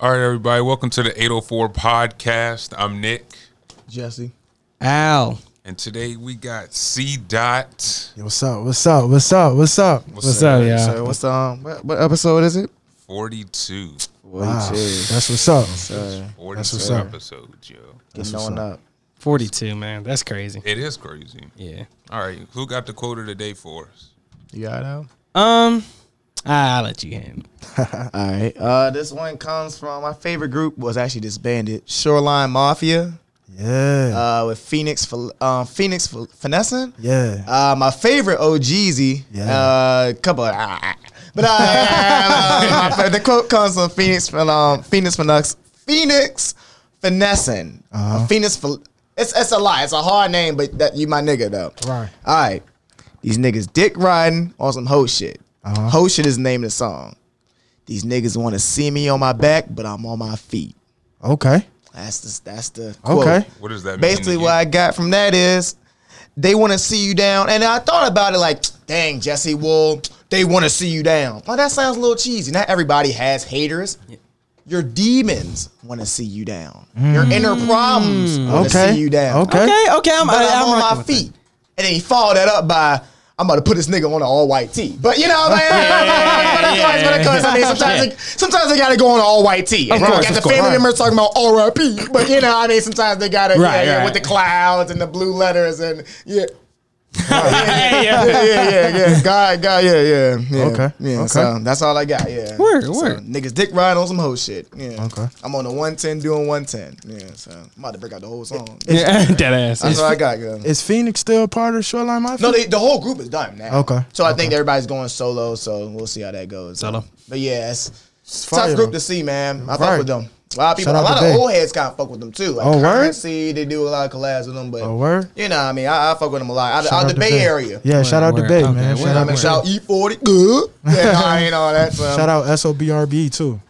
All right, everybody, welcome to the 804 podcast. I'm Nick, Jesse. Al. and today we got C Dot. Yo, what's up? What's up? What's up? What's up? Oh, What's up, y'all? So what's the um what, what episode is it? 42. Wow. That's what's up. uh, 42 what's up. episodes, yo. getting on up. 42, man. That's crazy. It is crazy. Yeah. All right, who got the quote of the day for us? You got it out? Um, I- I'll let you handle. it. All right. Uh, this one comes from my favorite group was actually disbanded, Shoreline Mafia, Yeah. uh, with Phoenix, Fel- um, Phoenix Fel- Finessing. yeah. Uh, my favorite OGZ. Yeah. Uh, couple. Of, but uh, my fa- the quote comes from Phoenix, Fel- um, Phoenix Finux, Phoenix Finessing, Uh-huh. Phoenix. Fel- it's it's a lie. It's a hard name, but that you my nigga though. Right. All right. These niggas dick riding on some hoe shit. Uh-huh. Hoe shit is the name of the song. These niggas want to see me on my back, but I'm on my feet. Okay. That's the that's the quote. Okay. What does that Basically, mean? what I got from that is they want to see you down. And I thought about it like, dang, Jesse, well, they want to see you down. Well, that sounds a little cheesy. Not everybody has haters. Your demons want to see you down. Your inner problems want to Hmm. Okay. see you down. Okay. Okay, okay. I'm, But I, I'm, I'm on rocking my with that. feet. And then he followed that up by, I'm about to put this nigga on an all white tee. But you know what I'm saying? But of course, but of course, I mean, sometimes, it- sometimes they gotta go on an all white tee. Of And you course, got of the course. family members talking about RIP. But you know, I mean, sometimes they gotta, yeah, Right, yeah, right. with the clouds and the blue letters and, yeah. Hey, yeah. Yeah, yeah, yeah, yeah. God, God, yeah, yeah, yeah. Okay, Yeah, okay. so that's all I got, yeah. Word, So, word. Niggas dick ride on some hoe shit. Yeah. Okay. I'm on the 110 doing 110. Yeah, so I'm about to break out the whole song. Yeah, dead ass. That's all I got, yeah. Is Phoenix still part of Shoreline Mafia? No, they, the whole group is done now. Okay. So I think everybody's going solo. So we'll see how that goes. Solo. But yeah, it's, it's fire, tough group though. to see, man. I fuck Right. with them. A lot of people, Shout a out lot to of Big. old heads kind of fuck with them too. Like Oh, word? Currency, they do a lot of collabs with them. But Oh, word? you know, what I mean, I, I fuck with them a lot. Shout Out out the to Bay Big. Area. Yeah, shout out to Word, Bay, okay, man. word, Shout out, I mean, word. to shout out E forty, good. Yeah, I ain't all that. Bay. So. shout out SOBRB too.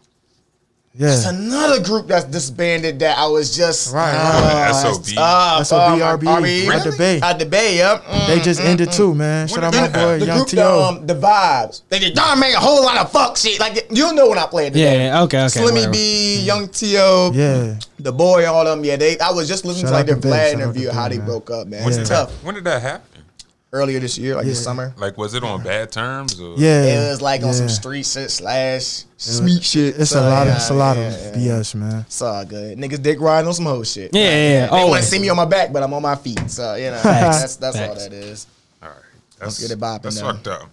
It's Yeah. another group that's disbanded that I was just Right, right. Uh, SOB. Uh, SOBRB, RBE. Out the Bay. Out the Bay. Yep. Mm. They just ended too, man. Shout out my the- boy, the Young group, the, T.O. um, the vibes. They did y'all make a whole lot of fuck shit. Like you know when I played today. Yeah, yeah, okay, okay. Slimmy whatever. B, Young T.O., Mm-hmm. Yeah. the boy, all them. Yeah, they. I was just listening Shout to like out their to Big, Vlad shout out interview, to how Big, they man. broke up, man. Yeah. It's tough. When did that happen? Earlier this year, like this Yeah. summer, Like, was it on bad terms? Or? Yeah. it was like on some yeah. street shit slash smeet shit. It's a So, lot of yeah, it's a lot of yeah, yeah. BS, man. It's all good. Niggas dick riding on some hoe shit. Yeah, yeah, yeah. They want Always. to see me on my back, but I'm on my feet. So you know, that's that's all Facts. that is. All right. That's, get it bopping That's now. fucked up.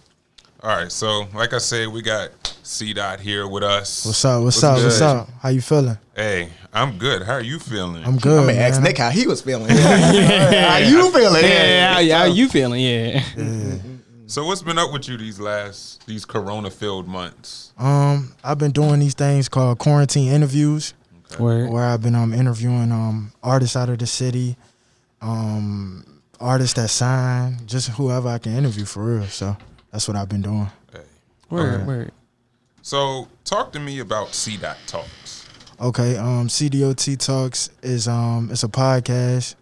All right, so like I said, we got C Dot here with us. What's up? What's up? What's good? up? How you feeling? Hey, I'm good. How are you feeling? I'm good. I mean, ask man. Nick how he was feeling. how you feeling? Yeah, yeah, yeah. How you feeling? Yeah. So what's been up with you these last these corona filled months? Um, I've been doing these things called quarantine interviews, Word. where I've been um interviewing um artists out of the city, um artists that sign, just whoever I can interview for real. So that's what I've been doing. Hey. Word. Word. So talk to me about C Dot Talks. Okay, um, CDOT Talks is um, it's a podcast.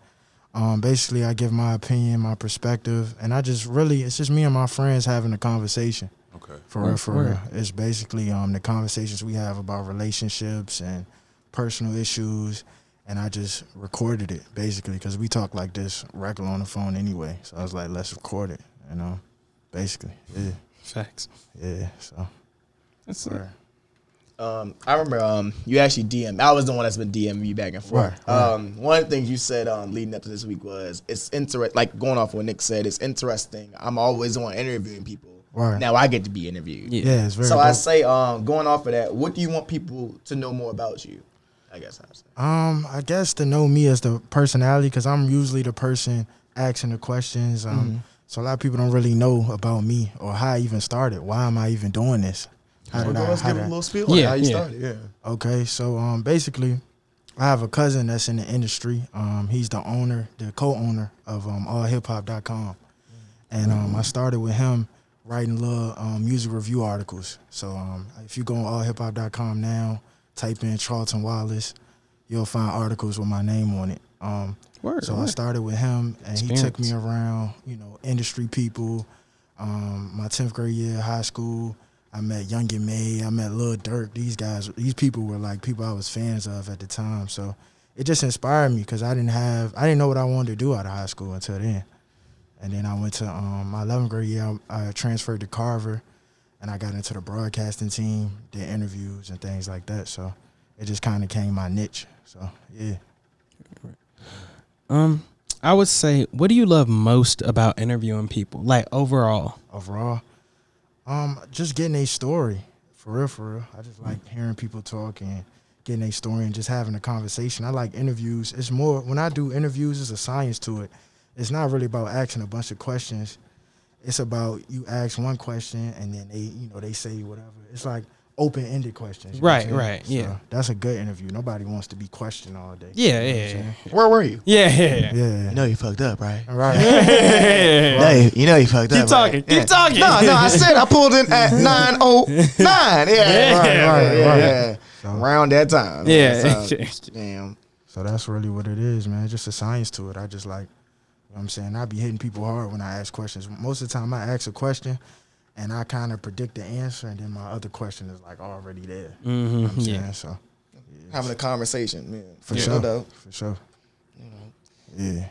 Um, basically, I give my opinion, my perspective, and I just really, it's just me and my friends having a conversation. Okay. For real, Word, Oh, for word. real, it's basically um, the conversations we have about relationships and personal issues, and I just recorded it basically because we talk like this regular on the phone anyway. So I was like, let's record it, you know, basically, yeah, Facts. yeah. So That's word. Um, I remember um, you actually DM. I was the one that's been DMing you back and forth. Right, right. Um, one of the things you said um, leading up to this week was it's interesting. Like going off what Nick said, it's interesting. I'm always on interviewing people. Right. Now I get to be interviewed. Yeah. yeah, it's very. So I dope. say, um, going off of that, what do you want people to know more about you? I guess I'm saying. Um, I guess to know me as the personality, because I'm usually the person asking the questions. Um, Mm-hmm. so a lot of people don't really know about me or how I even started. Why am I even doing this? How did Well, I? let's how give did a I- little spiel on Yeah, how you yeah. started. Yeah. Okay, so um, basically, I have a cousin that's in the industry. Um, he's the owner, the co-owner of um, AllHipHop.com, and um, I started with him writing little um, music review articles. So um, if you go on AllHipHop.com now, type in Charlton Wallace, you'll find articles with my name on it. Um, Word. so I word. started with him, and he took me Experience. around, you know, industry people. Um, my tenth grade year, high school. I met Young and May, I met Lil Durk. These guys, these people were like people I was fans of at the time. So it just inspired me because I didn't have, I didn't know what I wanted to do out of high school until then. And then I went to um, my 11th grade year, I, I transferred to Carver and I got into the broadcasting team, did interviews and things like that. So it just kind of came my niche. So yeah. Um, I would say, what do you love most about interviewing people? Like overall, overall. Um, just getting a story for real, for real. I just like hearing people talk and getting a story and just having a conversation. I like interviews. It's more when I do interviews, there's a science to it. It's not really about asking a bunch of questions. It's about you ask one question and then they, you know, they say whatever. It's like open ended questions. you know what Right, I'm saying? right, yeah. That's a good interview. Nobody wants to be questioned all day. yeah, You know what I'm yeah, saying? Where were you? yeah, yeah. Yeah. know you fucked up, right? Right. yeah. No, you, you know you fucked Keep up. talking, Right? keep talking. No, no, I said I pulled in at 909. Yeah, yeah, right, Yeah, right, right, yeah, right. yeah. So- Around that time. Yeah. So, damn. So that's really what it is, man. It's just a science to it. I just like, you know what I'm saying? I be hitting people hard when I ask questions. Most of the time, I ask a question and I kind of predict the answer, and then my other question is like already there. You know what I'm yeah. saying? So Having a conversation, man. for You know, sure. though. For sure. Yeah.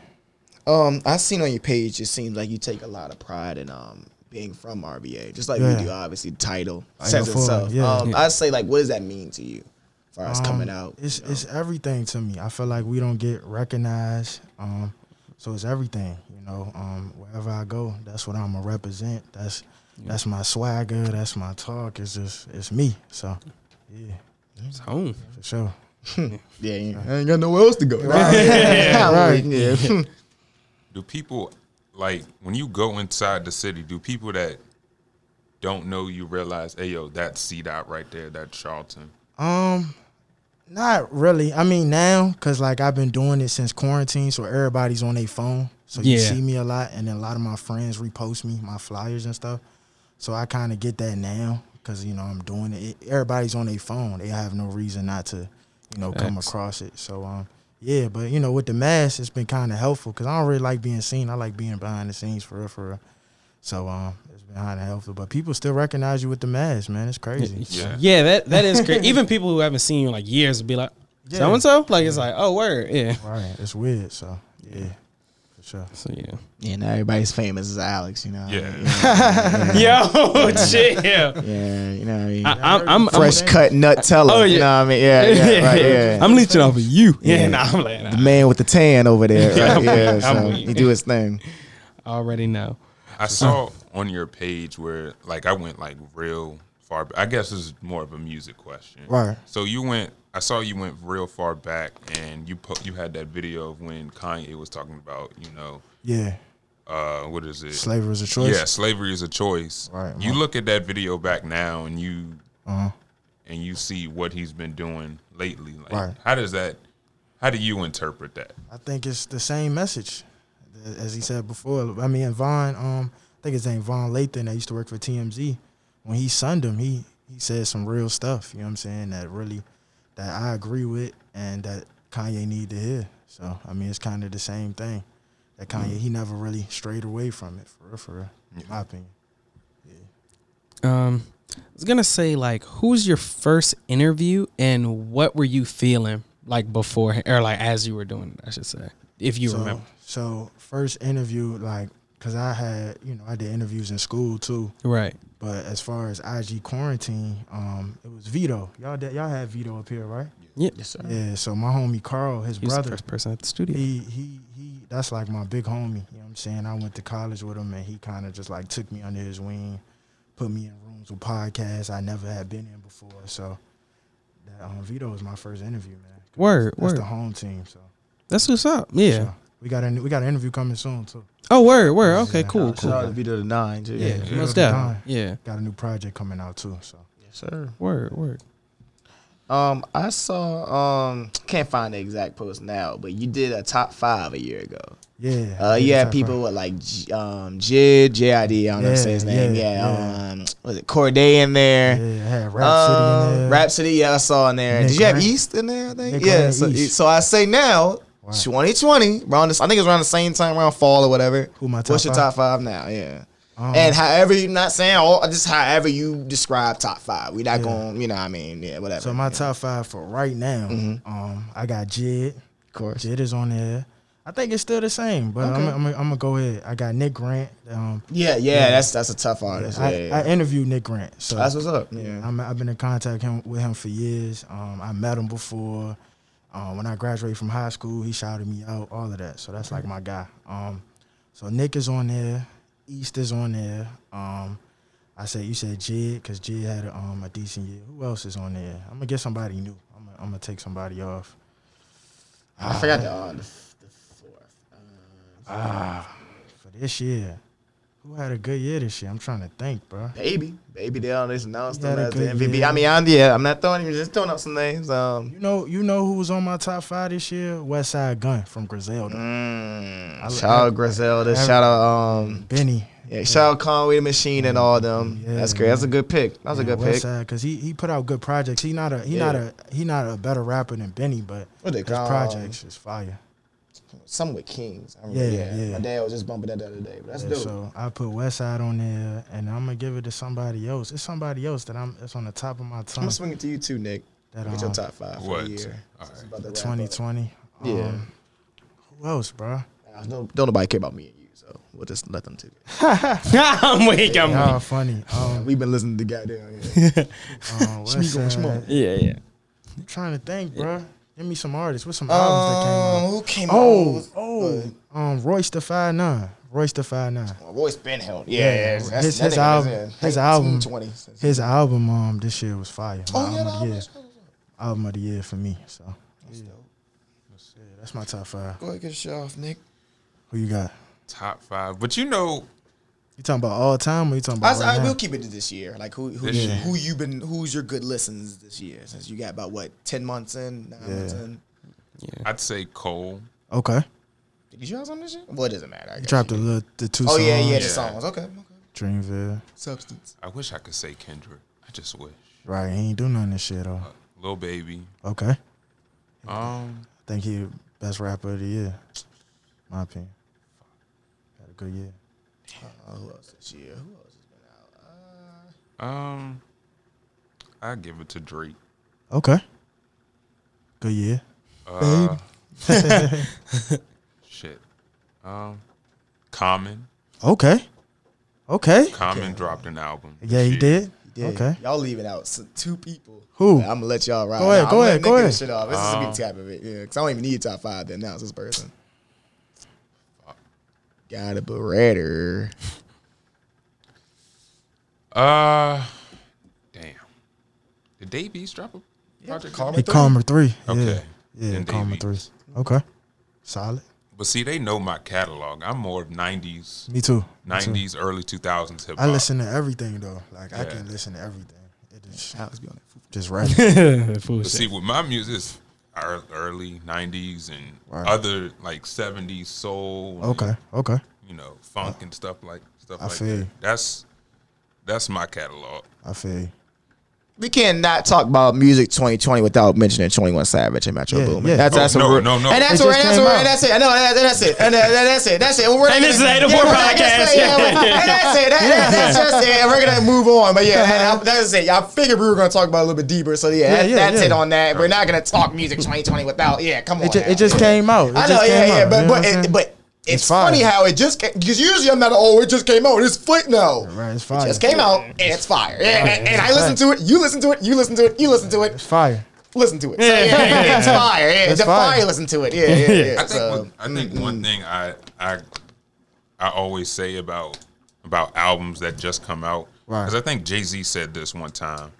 Um, I seen on your page. It seems like you take a lot of pride in um being from RBA, just like Yeah. we do. Obviously, the title Title says for it, itself. yeah. Um, I say like, what does that mean to you? As far as Um, coming out, It's you know? it's everything to me. I feel like we don't get recognized. Um, so it's everything, you know. Um, wherever I go, that's what I'm gonna represent. That's that's my swagger. That's my talk. It's just it's me. So yeah, It's home. for sure. yeah, you- I ain't got nowhere else to go. Yeah, right. Yeah. Do people like when you go inside the city? Do people that don't know you realize, hey yo, that's C dot right there, that's Charlton. Um, not really. I mean now, cause like I've been doing it since quarantine, so everybody's on their phone. So you Yeah. see me a lot, and then a lot of my friends repost me my flyers and stuff. So I kind of get that now, cause you know I'm doing it. Everybody's on their phone. They have no reason not to, you know, come Facts. across it. So um, yeah. But you know, with the mask, it's been kind of helpful, cause I don't really like being seen. I like being behind the scenes for real, for real. So um, it's been kind of helpful. But people still recognize you with the mask, man. It's crazy. Yeah. Yeah, that that is great. Even people who haven't seen you in like years would be like, Yeah. so and so. Like it's like, oh word, yeah. Right. It's weird. So yeah, for sure. So yeah. yeah, now everybody's famous as Alex. You know. what I mean? Yeah. Yo, chill. Yeah, you know what I mean. I, I'm, I'm, I'm Fresh cut Nutella. Oh, yeah. You know what I mean? Yeah, yeah, right. Yeah. I'm leeching off of you. Yeah, Yeah. nah, I'm like, nah. the man with the tan over there. Right? Yeah, I'm so weak. he do his thing. I already know. I saw on your page where like I went like real far. ba- I guess this is more of a music question. Right. So you went. I saw you went real far back, and you po- you had that video of when Kanye was talking about you know Yeah, uh what is it slavery is a choice. Yeah, slavery is a choice. Right, You right. look at that video back now, and you Uh-huh. and you see what he's been doing lately. Like, Right. how does that? How do you interpret that? I think it's the same message as he said before. I mean, Vaughn, um, I think his name Vaughn Lathan that used to work for TMZ. When he sunned him, he he said some real stuff. You know what I'm saying? That really, that I agree with, and that Kanye need to hear. So I mean, it's kind of the same thing. That Kanye, he never really strayed away from it. For real, for real. In my opinion. Um, I was gonna say like, who was your first interview and what were you feeling like before or like as you were doing it? I should say, if you so, remember. So first interview, like, cause I had, you know, I did interviews in school too. Right. But as far as IG quarantine, um, it was Vito. Y'all, did, y'all had Vito up here, right? Yeah. Yes, sir. Yeah. So my homie Carl, his He was the brother, first person at the studio. he he he. That's like my big homie. You know what I'm saying? I went to college with him, and he kind of just like took me under his wing, put me in rooms with podcasts I never had been in before. So that um, Vito was my first interview, man. Word, That's word. the home team. So That's what's up. Yeah. so we got an we got an interview coming soon too. Oh, word, word. Okay, cool, Shout cool. out to Vito the Nine too. Yeah, Yeah. most Yeah. definitely. Yeah. Got a new project coming out too. So Yes, sir. Word, word. Um, I saw um can't find the exact post now, but you did a top five a year ago. yeah, Uh, you had people with like J- um Jid, JID, I don't know if I say his Yeah, name. yeah, Yeah, yeah. um was it Corday in there? Yeah, I had Rap City in Um, there. Rhapsody, yeah, I saw in there. Nick Did you have Grant. East in there? I think. Nick yeah. Grant, So, East. so I say now, 2020, around this, I think it's around the same time, around fall or whatever. Who my top What's your five? top five now? Yeah. Um, and however you're not saying all just however you describe top five. We're not going, you know what I mean? Yeah, whatever. So my top five for right now, um, I got Jid. Of Mm-hmm. course. Jid is on there. I think it's still the same, but I'm, I'm, I'm gonna go ahead. I got Nick Grant. Um, yeah, yeah, that's Oh, that's a tough artist. I, Yeah, yeah. I interviewed Nick Grant, so that's what's up. Yeah. I'm, I've been in contact him, with him for years. Um, I met him before. Um, when I graduated from high school, he shouted me out, all of that. So that's like my guy. Um, so Nick is on there. East is on there. Um, I said you said Jid because Jid had a, um, a decent year. Who else is on there? I'm gonna get somebody new. I'm gonna, I'm gonna take somebody off. I forgot the, uh, the, f- the fourth. for this year. Who had a good year this year? I'm trying to think, bro. Baby, baby, they always announced He had him a as the good MVP. year. I mean, I'm, yeah, I'm not throwing, him, just throwing up some names. Um, You know, you know who was on my top five this year? West Side Gun from Griselda. Mm. I- shout out Griselda, I- shout out um, Benny. yeah, shout out Conway the Machine and all them. Yeah, That's great. That's a good pick. That's a good pick. because he, he put out good projects. He not a he not Yeah. a he not a better rapper than Benny, but What they his call- projects is fire. Some with Kings. I Yeah, remember, yeah, yeah. My dad was just bumping that the other day, but that's Yeah, dope. so I put West Side on there, and I'm gonna give it to somebody else. It's somebody else that I'm that's on the top of my I'm tongue. gonna swing it to you too, Nick. uh, That, Get your um, top five for what? the year. All It's right. about to wrap up. 2020. Yeah. Um, who else, bro? I Don't, don't nobody care about me and you, so we'll just let them do it. I'm weak. I'm weak. Y'all funny. Um, We've been listening to goddamn. Yeah. um, West Shmeagol, Side. Shmo. Yeah, yeah. I'm trying to think, bro. Give me some artists. What's some albums that came out? um, who came Oh, out? Oh, um, Royce the Five Nine. Royce the Five Nine. Royce been held. Yeah, yeah. that's- that's- His- that his nigga album- was in his album- 1920. His album um this year was fire. My Oh yeah, album the of the album. year. Album of the year for me. So That's dope. yeah, that's my top five. Go ahead, get your shit off, Nick. Who you got? Top five, but you know, You talking about all time or you talking I, about s- right I now? will uh, keep it to this year. Like who who This you- year. who you been who's your good listens this year? Since you got about what ten months in, nine months Yeah. in. I'd say Cole. Okay. Did you have something this year? Well, it doesn't matter. I You guess dropped the you did. little the two Oh songs. yeah, yeah, the Yeah. songs. Okay, okay. Dreamville. Substance. I wish I could say Kendrick. I just wish. Right, he ain't do none of this shit though. Lil Baby. Okay. I Um, think he best rapper of the year. My opinion. Had a good year. Uh, who else this year? Who else has been out? Uh, um, I give it to Drake. Okay. Good year. Uh, shit. Um, Common. Okay. Okay. Common dropped an album. Yeah, this he year. did. yeah, Okay. Y'all leaving out s- two people. Who? I'm gonna let y'all ride. Go ahead, Nah, go I'ma let ahead, Nick go get ahead. Um, This shit off. This is a big tap of it. Yeah, because I don't even need top five to announce this person. Got a beretta. Uh, damn. Did Davies drop a project? He Calmer three. Okay. Yeah, yeah Then Calmer Davey. three. Okay. Solid. But see, they know my catalog. I'm more of '90s, Me too. Me too. '90s, early 2000s hip I hop. listen to everything though. Like I Yeah. can listen to everything. It is Alex be on that. just right. Fool But shit. see, with my music, it's ear- early '90s and Right. other like '70s soul. and, okay. Okay. you know, funk and stuff like stuff I like feel that. you. That's that's my catalog. I feel you. we cannot talk about music 2020 without mentioning 21 Savage and Metro Yeah, Boomin. yeah. That's Oh, that's no, a real- no, no. And that's It where just that's came where out. and that's it. I know and that's it. And that- that's it. That's it. And we're And this is the Yeah, 804 we're not gonna podcast. say- yeah, we're- and that's it. That- that- That's just it. And We're gonna move on. But yeah, and I- that's it. I figured we were gonna talk about it a little bit deeper. So yeah, that- yeah, that's yeah. it on that. We're not gonna talk music 2020 without. Yeah, come on. It, ju- now. it just came out. It I know, just yeah, came yeah, out. but You know but what I'm it, saying? but it's, fire. funny how it just because usually I'm not oh it just came out it's flick now Right, it's fire. it just came out and it's fire and, and- and I listen to it you listen to it you listen to it you listen to it it's fire. listen to it. So, yeah, it's fire. Yeah, It's it's fire. fire. Listen to it. Yeah, yeah, yeah. I think So, one- I think mm-hmm. one thing I I I always say about about albums that just come out Right. Uh-huh. because I think Jay Z said this one time.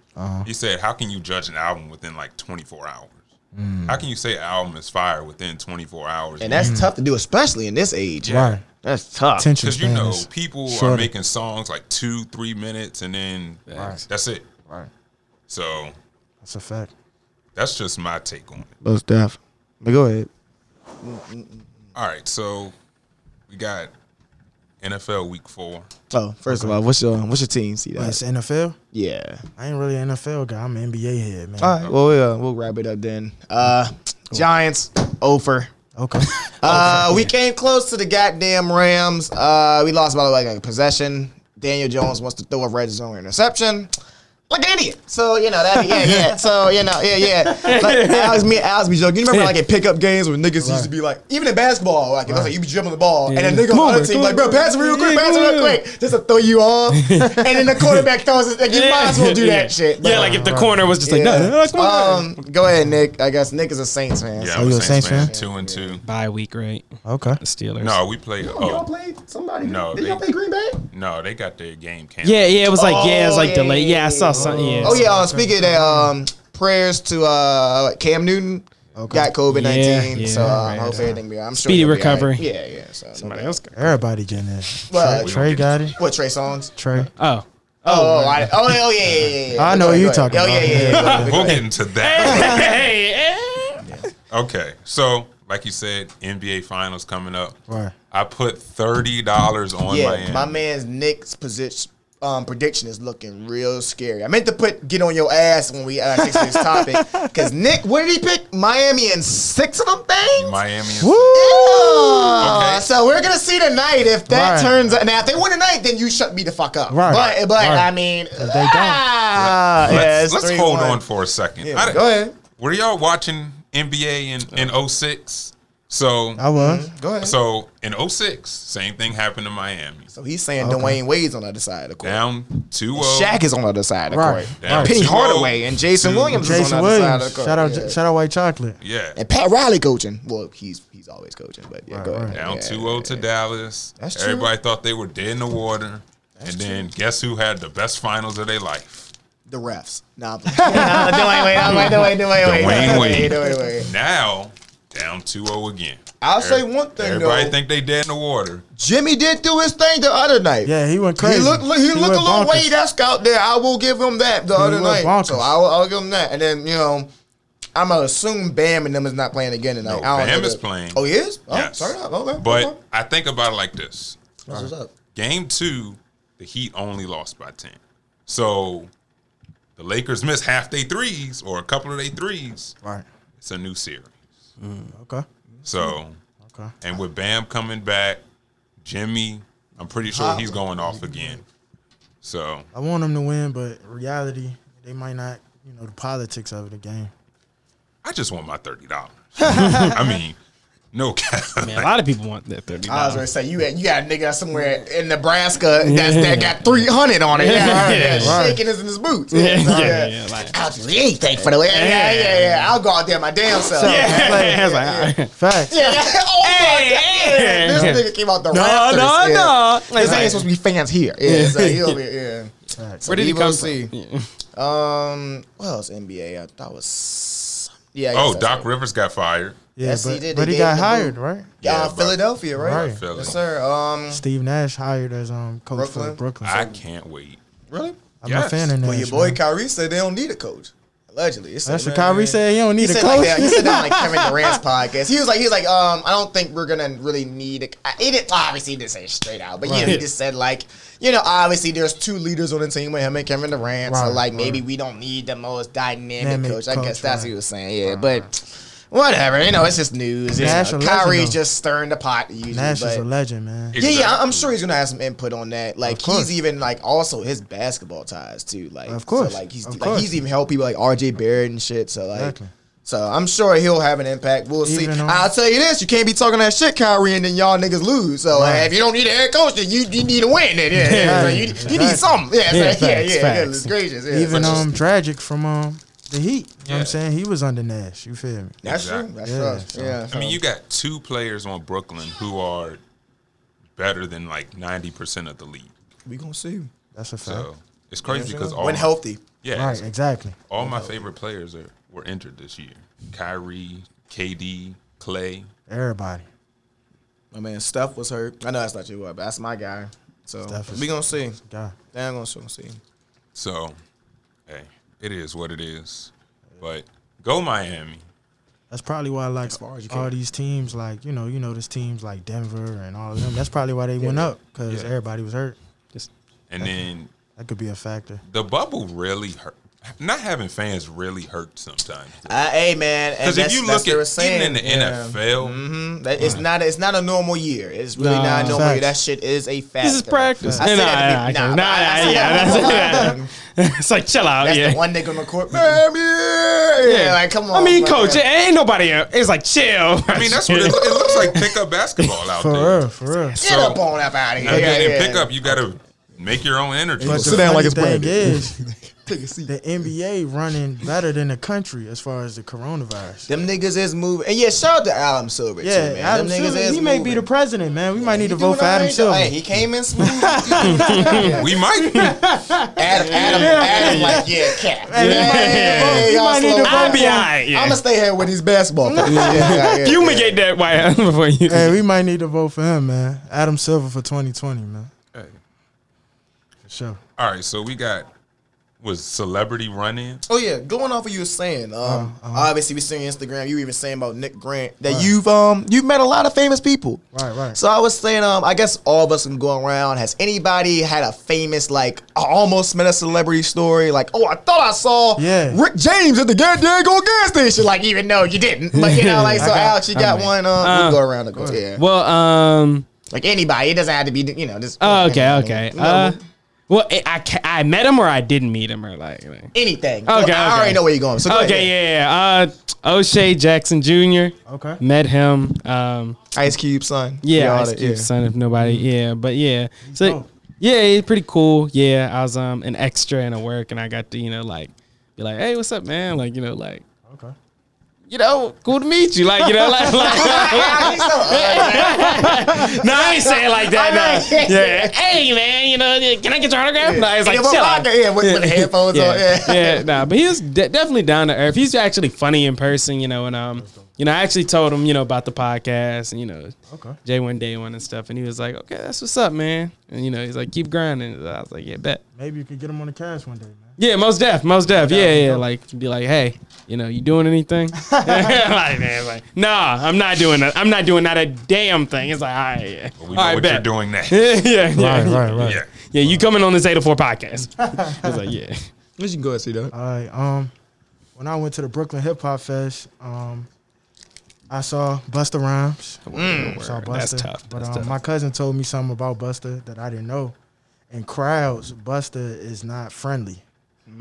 He said, "How can you judge an album within like 24 hours? Mm. How can you say an album is fire within 24 hours? and that's tough to do, especially in this age. Yeah. Right. That's tough. Tension because you span know is people are shorter. making songs like two, three minutes, and then Right. that's it. Right. So That's a fact. that's just my take on it. Most deaf. But go ahead. All right, so we got NFL Week Four. Oh, first of all, what's your what's your team? See But that? it's NFL. Yeah. I ain't really an NFL guy. I'm an NBA head, man. All right. Well, we, uh, we'll wrap it up then. Uh, Giants over. Okay. Uh, we came close to the goddamn Rams. Uh, we lost by like a possession. Daniel Jones wants to throw a red zone interception. Like an idiot. So, you know, that, yeah, yeah. So, you know, yeah, yeah. Like, Alex, me and Alex be joking. You remember, like, in pickup games where niggas used to be like, even in basketball, like, it was like, you be dribbling the ball, and a nigga Come on the on, team, come like, bro, on. pass it real quick, Yeah, pass it real come on. quick, just to throw you off. and then the quarterback throws it, like, you might as well do Yeah. that shit. Yeah, like if the corner was just like, no, no, no, come on. Um, go ahead, Nick. I guess Nick is a Saints fan. Yeah, so- I'm you a Saints fan. fan? Two and two. Bye week, right? Okay. The Steelers. No, we played. Y'all Oh, played somebody? No, Did y'all they- play Green Bay? no, they got their game canceled. Yeah, yeah, it was like yeah, it was Oh, like yeah, delayed. yeah, Yeah, I yeah. saw something. Yeah. Oh yeah. Uh, speaking of that, um, prayers to uh, Cam Newton. Got COVID nineteen, Yeah, yeah, so um, right. hopefully everything be. I'm sure Speedy he'll be all recovery. right. Yeah, yeah. So somebody else. Everybody getting it. Well, Trey, Trey got it. What Trey Songz? Trey. Oh. Oh, oh, I, oh, yeah, oh yeah, yeah, yeah, yeah. I know Go ahead, you go ahead. talking Oh about. yeah, yeah, yeah. Go ahead, go We'll ahead. get into Oh. that. Hey, okay, so like you said, NBA Finals coming up. Right. I put thirty dollars on Yeah, Miami. my man's Nick's position. Um, prediction is looking real scary. I meant to put get on your ass when we uh, fix this topic because Nick, what did he pick? Miami and six of them things. Miami. Is, Ew. Okay. So we're gonna see tonight if that Right. turns. Now, if they win tonight, then you shut me the fuck up. Right. But but Right. I mean, if they don't- ah, yeah, let's it's let's 3-1. hold on for a second. Yeah, I- go ahead. Were y'all watching NBA in in 06? So I was. Mm-hmm. Go ahead. So, so in 06, same thing happened to Miami. he's saying Dwayne Wade's on the other side of the court. Down 2-0. Shaq is on the other side of the Right. court. Down oh. Penny 2-0. Hardaway and Jason Williams is Jason on the other side of Williams. the court. Shout out, Yeah. shout out White Chocolate. Yeah. and Pat Riley coaching. Well, he's he's always coaching, but yeah, go ahead. Down Yeah. 2 0 to Dallas. That's true. Everybody thought they were dead in the water. and then guess who had the best finals of their life? The refs. Nah, I'm playing. Nah, Dwayne Wade. I'm like, Dwayne, Dwayne, Dwayne Wade. Dwayne Wade. Now, down 2 0 again. I'll say Every- one thing Everybody though. think they dead in the water. Jimmy did do his thing the other night. Yeah, he went crazy. He looked, look, he looked went a little bonkers. Wade esque out there. I will give him that the other night. went So bonkers. I'll, I'll give him that. And then you know, I'm gonna assume Bam and them is not playing again No, tonight. I don't Bam know is that- playing. Oh, he is. Oh, Yes. turn up. Okay. okay. But I think about it like this That's what's up. Game two, the Heat only lost by 10. So the Lakers missed half their threes or a couple of their threes. Right. It's a new series. Okay. Mm-hmm. So, Okay. and with Bam coming back, Jimmy, I'm pretty sure he's going off again. So, I want them to win, but reality, they might not. You know the politics of the game. I just want my thirty dollars. I mean, no cap. Man, a lot of people want that thirty I was dollars. gonna say you had, you got a nigga somewhere in Nebraska that's, that got three hundred on it. Yeah, Yeah. yeah, Right. shaking is in his boots. Yeah, yeah, yeah, like- I'll do anything for the way. Yeah, yeah, yeah, I'll go out there my damn self. Yeah, I was like, all right. Facts. yeah. Oh my god, hey. this nigga came out the Oh, No, rafters. no, yeah. no. Like, This ain't supposed to be fans here. Yeah, it's like, he'll be, yeah. Facts. Where did he Evo come E C. from? Um, what else? NBA. I thought was. Yeah. I guess oh, that's Doc it. Rivers got fired. Yeah, Yes, he but, did. but They he gave got him the hired, boot. right? Yeah, Yeah, but- Philadelphia, right? Right. Philly. Yes, sir. Um, Steve Nash hired as um coach Brooklyn? for Brooklyn. I can't wait. really? I'm Yes. a fan of Nash. Well, your boy man. Kyrie said they don't need a coach. Allegedly, He said, That's what man, Kyrie yeah. said. He don't He need a said, coach. like that, he said that on like Kevin Durant's podcast. He was like, he was like, um, I don't think we're gonna really need. A, I- he didn't well, obviously he didn't say it straight out, but you know, he Right. just said like, you know, obviously there's two leaders on the team with him and Kevin Durant, so Right, like maybe we don't need the most dynamic Dynamic coach. I guess coach, that's right. what he was saying. Yeah, but. Whatever, you know, it's just news. It's, Nash a legend, Kyrie's though. just stirring the pot usually. Nash is but- a legend, man. It- yeah, yeah, I- I'm Exactly. sure he's gonna have some input on that. Like course. he's even like also his basketball ties too. Like Of course, so, like he's of like course. he's even helped people like R.J. Barrett and shit. So like, Exactly. so I'm sure he'll have an impact. We'll see. Even on- I'll tell you this: you can't be talking that shit, Kyrie, and then y'all niggas lose. So like, Right. if you don't need a head coach, then you, you need to win. Then yeah, yeah, Yeah, so you, exactly. you need something. Yeah, Yeah, yeah, yeah, facts, yeah, facts. goodness gracious. Yeah, Even But just- um tragic from um the Heat. You know what Yeah. I'm saying? He was under Nash. You feel me? that's true. Exactly. That's Yeah, true. Yeah. I mean, you got two players on Brooklyn who are better than like ninety percent of the league. we gonna see That's a fact. So it's crazy because all when healthy. yeah, Right, exactly. all my favorite players are were injured this year. Kyrie, KD, Clay. Everybody. My man Steph was hurt. I know that's not you, but that's my guy. So Steph is- we gonna see. God. Damn, gonna see. gonna see. So, hey, it is what it is. But go Miami. That's probably why like far as you all can. these teams like, you know, you know this teams like Denver and all of them. That's probably why they went up cuz Yeah. everybody was hurt. Just And then That could be a factor. the bubble really hurt. not having fans really hurts sometimes. Uh, hey man, and Because if that's, you that's look what they're at saying. even in the NFL, Mhm. That- it's not it's not a normal year. It's really Nah. not a normal year. That Facts. shit is a fact. This is practice. Nah, I say nah, that okay. to people- nah, nah, I- I nah, say yeah, that that's to it. yeah. people- It's like chill out, That's yeah. the one nigga on the court. Bam, yeah, yeah. Like come on. I mean, my coach, man. it ain't nobody. Else. It's like chill. I mean that's what it, it looks like. Pickup basketball out For there. real, for real. Get so- up on up out of here. And Yeah, then in yeah. pickup, you gotta make your own energy. But Sit the down funny like it's thing branded. is, Take a seat. the NBA running better than the country as far as the coronavirus. Them niggas is moving. And yeah, shout out to Adam Silver. Yeah, too, man. Adam Them niggas Silver, is he may be the moving. president, man. We might need to He doing vote for all Adam right, though. Silver. Hey, he came in smooth. We might. Adam, Adam, Adam, like, yeah, cat. Yeah. Hey, You y'all might need slow to down. vote for- I'll be I'm gonna stay here with these basketball players. Yeah, yeah, yeah, yeah. Fumigate that white house before you. Hey, we might need to vote for him, man. Adam Silver for 2020, man. Hey. For sure. All right, so we got was celebrity run-ins. Oh yeah, going off what you were saying. Um, obviously we seen Instagram. You were even saying about Nick Grant that you've um you've met a lot of famous people. Right, right. So I was saying um I guess all of us can go around. Has anybody had a famous like I almost met a celebrity story? Like oh I thought I saw Yeah. Rick James at the goddamn go gas station. Like even though you didn't, but you know like so Alex you got one. Um, we Uh, can go around the course. Yeah. Well, um, Like anybody, it doesn't have to be you know just oh, okay, okay. No, Uh, well, I, I ca- I met him or I didn't meet him or like. like- anything. Okay, okay. I already know where you're going. So go Okay, ahead. yeah, yeah. Uh, O'Shea Jackson Jr. Okay. Met him. Um, Ice Cube son. yeah, all Ice that, Cube yeah. son of nobody. Yeah, but yeah. So Mm-hmm. dope. yeah, he's pretty cool. Yeah, I was um an extra in a work, and I got to you know like be like, hey, what's up, man? Like you know like Okay. you know cool to meet you. Like you know like, like He's so ugly. no, I ain't saying like that. No. I know. Yeah. Hey man, you know can I get your autograph? No, it's like Yeah, but chill out. Rocker, yeah, with, with the headphones on. yeah, Yeah. yeah, nah, but he was de- definitely down to earth. He's actually funny in person, you know. And um, you know, I actually told him, you know, about the podcast, and you know, Okay. J One Day One and stuff, and he was like, "Okay, that's what's up, man." And you know, he's like, "Keep grinding." And I was like, "Yeah, bet." Maybe you could get him on the cast one day, man. Yeah, most deaf, most deaf. Yeah, yeah. Like, be like, "Hey, you know, you doing anything?" like, man, like, nah, I'm not doing that. I'm not doing not a damn thing. It's like, all right, yeah, We know all right, what bet. you're doing now. yeah, yeah, yeah. right, right. Yeah. Yeah, you coming on this 804 podcast. I was like, yeah. You can go ahead see that. All right. Um, when I went to the Brooklyn Hip Hop Fest, um, I saw Busta Rhymes. Saw Busta, That's tough. But That's um, tough. my cousin told me something about Busta that I didn't know. In crowds, Busta is not friendly.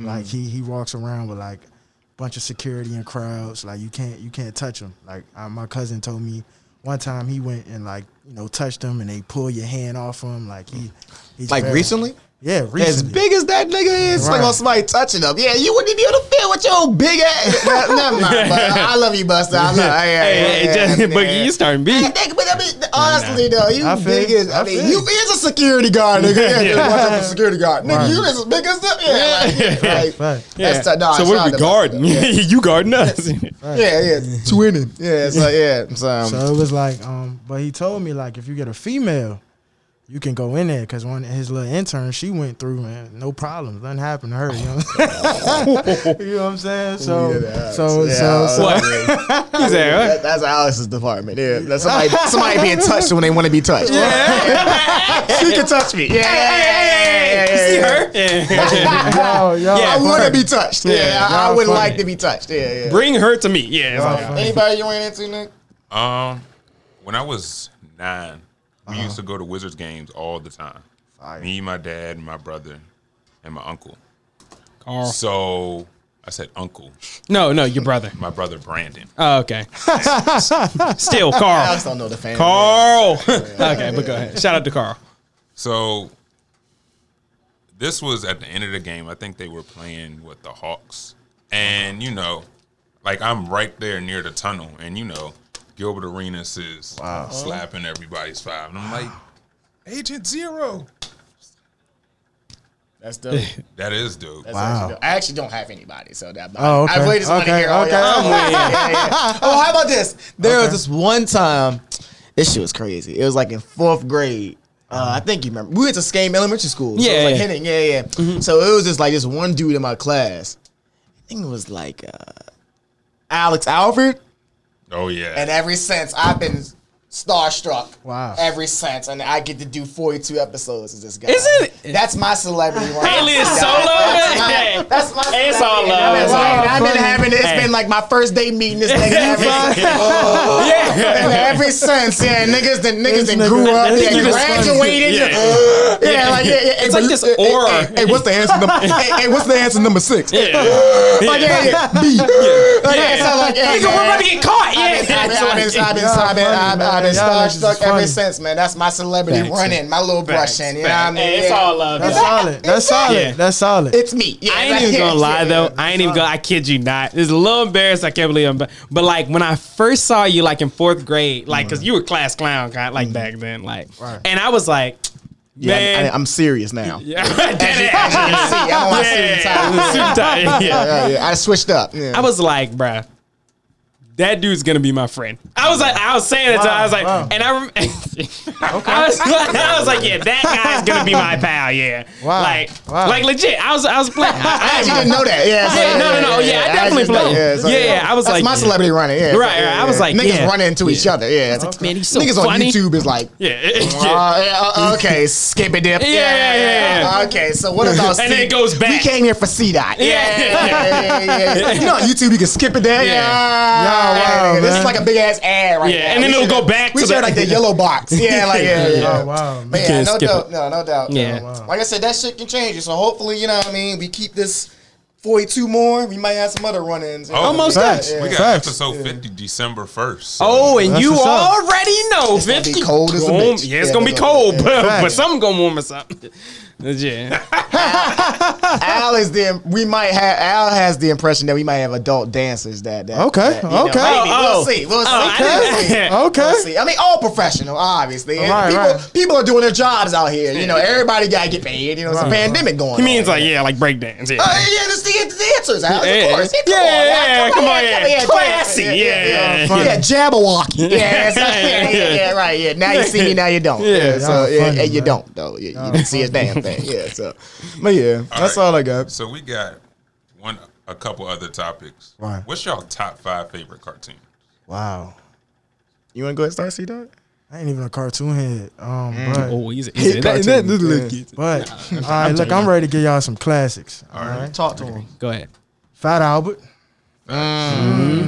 Like he he walks around with like bunch of security in crowds. Like you can't you can't touch him. Like I, my cousin told me one time he went and like you know touched him and they pull your hand off him. Like he he's Like very- recently? Yeah, recently. As big as that nigga is, Right. like on somebody touching him. Yeah, you wouldn't even be able to feel with your old big ass. Nah, Never mind. But I love you, Buster. I love you. Hey, Yeah, hey, yeah, just- yeah. Boogie, you starting beef. I think- but I mean, honestly though, you I feel big you. as I, I mean, feel you you. is a security guard, nigga. Yeah, yeah. watch out for security guard, nigga. Right. You is as big as the yeah, like, yeah, like, Right. That's the, nah, so shout what out are we to Busta. guarding? you guarding us. Yeah, yeah, twinning. Yeah, so yeah, so, um, So it was like, um, but he told me like if you get a female, you can go in there because one his little intern she went through man, no problems, nothing happened to her. You know, what I'm saying? You know what I'm saying? So Yeah, that- so yeah, so so. I- What? He's there, That, that's Alice's department. Yeah, that's somebody, somebody being touched when they want to be touched. she can touch me. Yeah, yeah, yeah, yeah, yeah, yeah, yeah. right? See her? Yeah. Yo, yo, Yeah, I I'm want to hurt. be touched. Yeah, I, I y'all would funny. like to be touched. Yeah, yeah. Bring her to me. Yeah. it's like, funny. Anybody you ran into, Nick? Um, when I was nine, we used to go to Wizards games all the time. Me, my dad, my brother, and my uncle. Carl. So I said uncle, No, no, your brother. my brother Brandon. Oh, okay. Still, I Carl. just don't know the family. Carl. okay, but go ahead. Shout out to Carl. So this was at the end of the game. I think they were playing with the Hawks. And you know, like I'm right there near the tunnel and you know, Gilbert Arenas is slapping everybody's five. And I'm like, Agent Zero. That's dope. That is dope. That's Wow. actually dope. I actually don't have anybody, so that. Oh, okay. I really just want to Okay, hear all okay. y'all. I'm Yeah, yeah, yeah. Oh, how about this? There was this one time. This shit was crazy. It was like in fourth grade. Uh, I think you remember. We went to Skame Elementary School. So Yeah, it was like yeah. Henning. Yeah, Mm-hmm. yeah. So it was just like this one dude in my class. I think it was like uh, Alex Alford. Oh yeah. And ever since I've been starstruck. Wow. Every since, and I get to do 42 episodes of this guy. Isn't it- That's my celebrity. right Alien there. Solo? That's my, that's my It's celebrity. all love. That's It's all- all and I've been funny. having it. It's Hey. been like my first day meeting this nigga. Every, yeah. and every since, yeah, niggas then niggas This then nigga- grew up, this yeah, nigga's funny. graduated. Yeah. Yeah. like yeah, yeah. It's like this aura. Hey, hey, what's the answer? Number, hey, hey, what's the answer number six? Yeah, like, yeah, yeah. B. Like, yeah, it's not like, yeah, Nigga, we're yeah. about to get caught. I've been, I've been, I've been, I've Y'all funny, been, I've been, I've been, I've been man. Y'all niggas starstruck is funny. ever since, man. That's my celebrity Facts. running, my little Facts. brush in. You know what I mean? Hey, it's Yeah. all love. That's man. solid. That's solid. Yeah. That's solid. It's me. Yeah, I like, ain't even yeah, gonna lie yeah. though. I ain't even gonna. I kid you not. It's a little embarrassed. I can't believe I'm. But, but like when I first saw you, like in fourth grade, like because you were class clown, kind like back then, like. Right. And I was like, Yeah, I- man, I, I'm serious now. Yeah, yeah, dead ass. yeah, I'm on my serious side. Yeah, suit tie, yeah. Yeah, yeah, I switched up. Yeah. I was like, bruh, that dude's gonna be my friend. I was like, I was saying it, to I was like, Wow, wow. and I, rem- I, was like, I was like, yeah, that guy's gonna be my pal. Yeah, Wow, like, wow. like legit. I was, I was playing. I, I I- actually didn't know that. Yeah, so, Yeah, no, no, no. Yeah, I definitely actually played. know. Yeah, so, I was That's like, my yeah. celebrity running. Yeah, Right, right. I was like, niggas yeah. running into each other. Yeah, it's like, Man, he's so niggas funny. on YouTube is like, Yeah, yeah. Uh, yeah, uh, okay, skip a dip. Yeah, yeah, yeah, yeah. Okay, so what about And then C- it goes We back. came here for C dot. Yeah. yeah, yeah, yeah. You know, on YouTube you can skip it there. Yeah. Yeah, Yeah, wow, This man. is like a big ass ad right Yeah, now. and then We it'll should go have- back We to should the- have, like the yellow box. Yeah, like yeah, yeah. oh wow. But Man. yeah, can't no skip doubt. it. No, no doubt. Yeah. Yeah. Wow. Like I said, that shit can change. it. So hopefully, you know what I mean. We keep this forty-two more. We might have some other run-ins. you know what I mean? Almost Facts. We Yeah. got Facts. episode 50 December 1st. so- Oh, and That's you what's up. already know It's gonna be 50 cold as a warm- bitch. Yeah, it's Yeah, gonna be it's cold, gonna- but, Facts. but something gonna warm us up. Yeah, Al is the. We might have. Al has the impression that we might have adult dancers that. that Okay, that, you know, okay. maybe. Oh, oh. We'll see. We'll see. I We'll didn't- see. Yeah. Okay. We'll see. I mean, all professional, obviously. And Right, people, right. people are doing their jobs out here. You know, everybody gotta get paid. You know, it's a Right, pandemic going. he means on. like yeah, like breakdance. Yeah. Uh, yeah, this the, the dancers, Al. Yeah. Of course. Yeah, come on, Al. yeah, come on, here, yeah. here, dance. Classy, yeah, yeah, yeah, yeah, yeah. Jabberwocky. Yeah, so- yeah, yeah, yeah, right. Yeah, now you see me, now you don't. Yeah, so y'all yeah, funny, yeah, you man. don't though. Yeah, you didn't see a damn thing. Yeah, so, but yeah, that's right. all I got. So we got one, a couple other topics. Right. What's y'all top five favorite cartoon? Wow. You want to go ahead and start, C dog? I ain't even a cartoon head. Um, but, Oh, he's he's- that- that- but all right, look, I'm ready to give y'all some classics. All right. Talk to him. Go ahead. Fat Albert.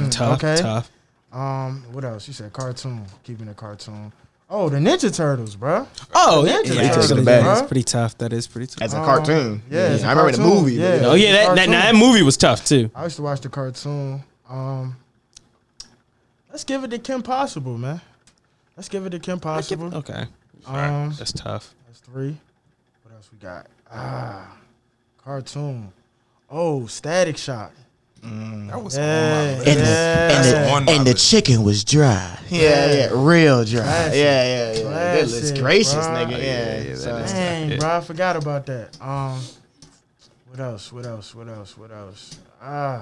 Tough, okay. tough. Um, what else? You said cartoon. Keeping it cartoon. Oh, the Ninja Turtles, bruh. Oh, yeah, yeah, yeah, it's that's pretty bad. that's pretty tough. That is pretty tough. As a Um, Oh, cartoon. yeah, as a I remember the cartoon, movie. but yeah. yeah. Oh yeah, that, that Cartoon. now that movie was tough too. I used to watch the cartoon. Um, let's give it to Kim Possible, man. Let's give it to Kim Possible. Okay, Um, that's tough. that's three. What else we got? Ah, cartoon. Oh, Static Shock. That was on my Yeah, Oh and list. the, On my list. chicken was dry. Yeah, yeah, real dry. Classic. Yeah, yeah, yeah. Classic, Goodness gracious, bro. nigga. Yeah, Yeah, yeah, so- that is- dang, Yeah. bro, I forgot about that. Um, what else? What else? What else? What else? Ah,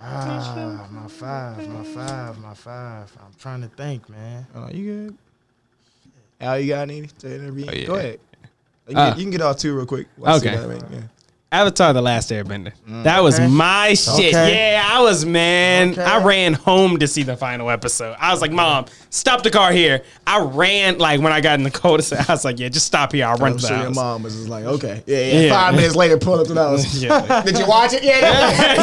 ah, my five, my five, my five. I'm trying to think, man. Oh, you good? Al, you got any to intervene? Oh, yeah. Go ahead. You, Uh, can, you can get off two real quick. Watch Okay. what I mean. Yeah. Avatar: The Last Airbender. Mm, that was Okay. my shit. Okay. Yeah, I was man. Okay. I ran home to see the final episode. I was like, Mom, stop the car here. I ran like when I got in the cul de I was like, Yeah, just stop here. I'll run I'm to sure the your house. mom was just like, okay. Yeah, yeah. Yeah. Five minutes later, pull up to the house. Yeah. Did you watch it? Yeah, yeah.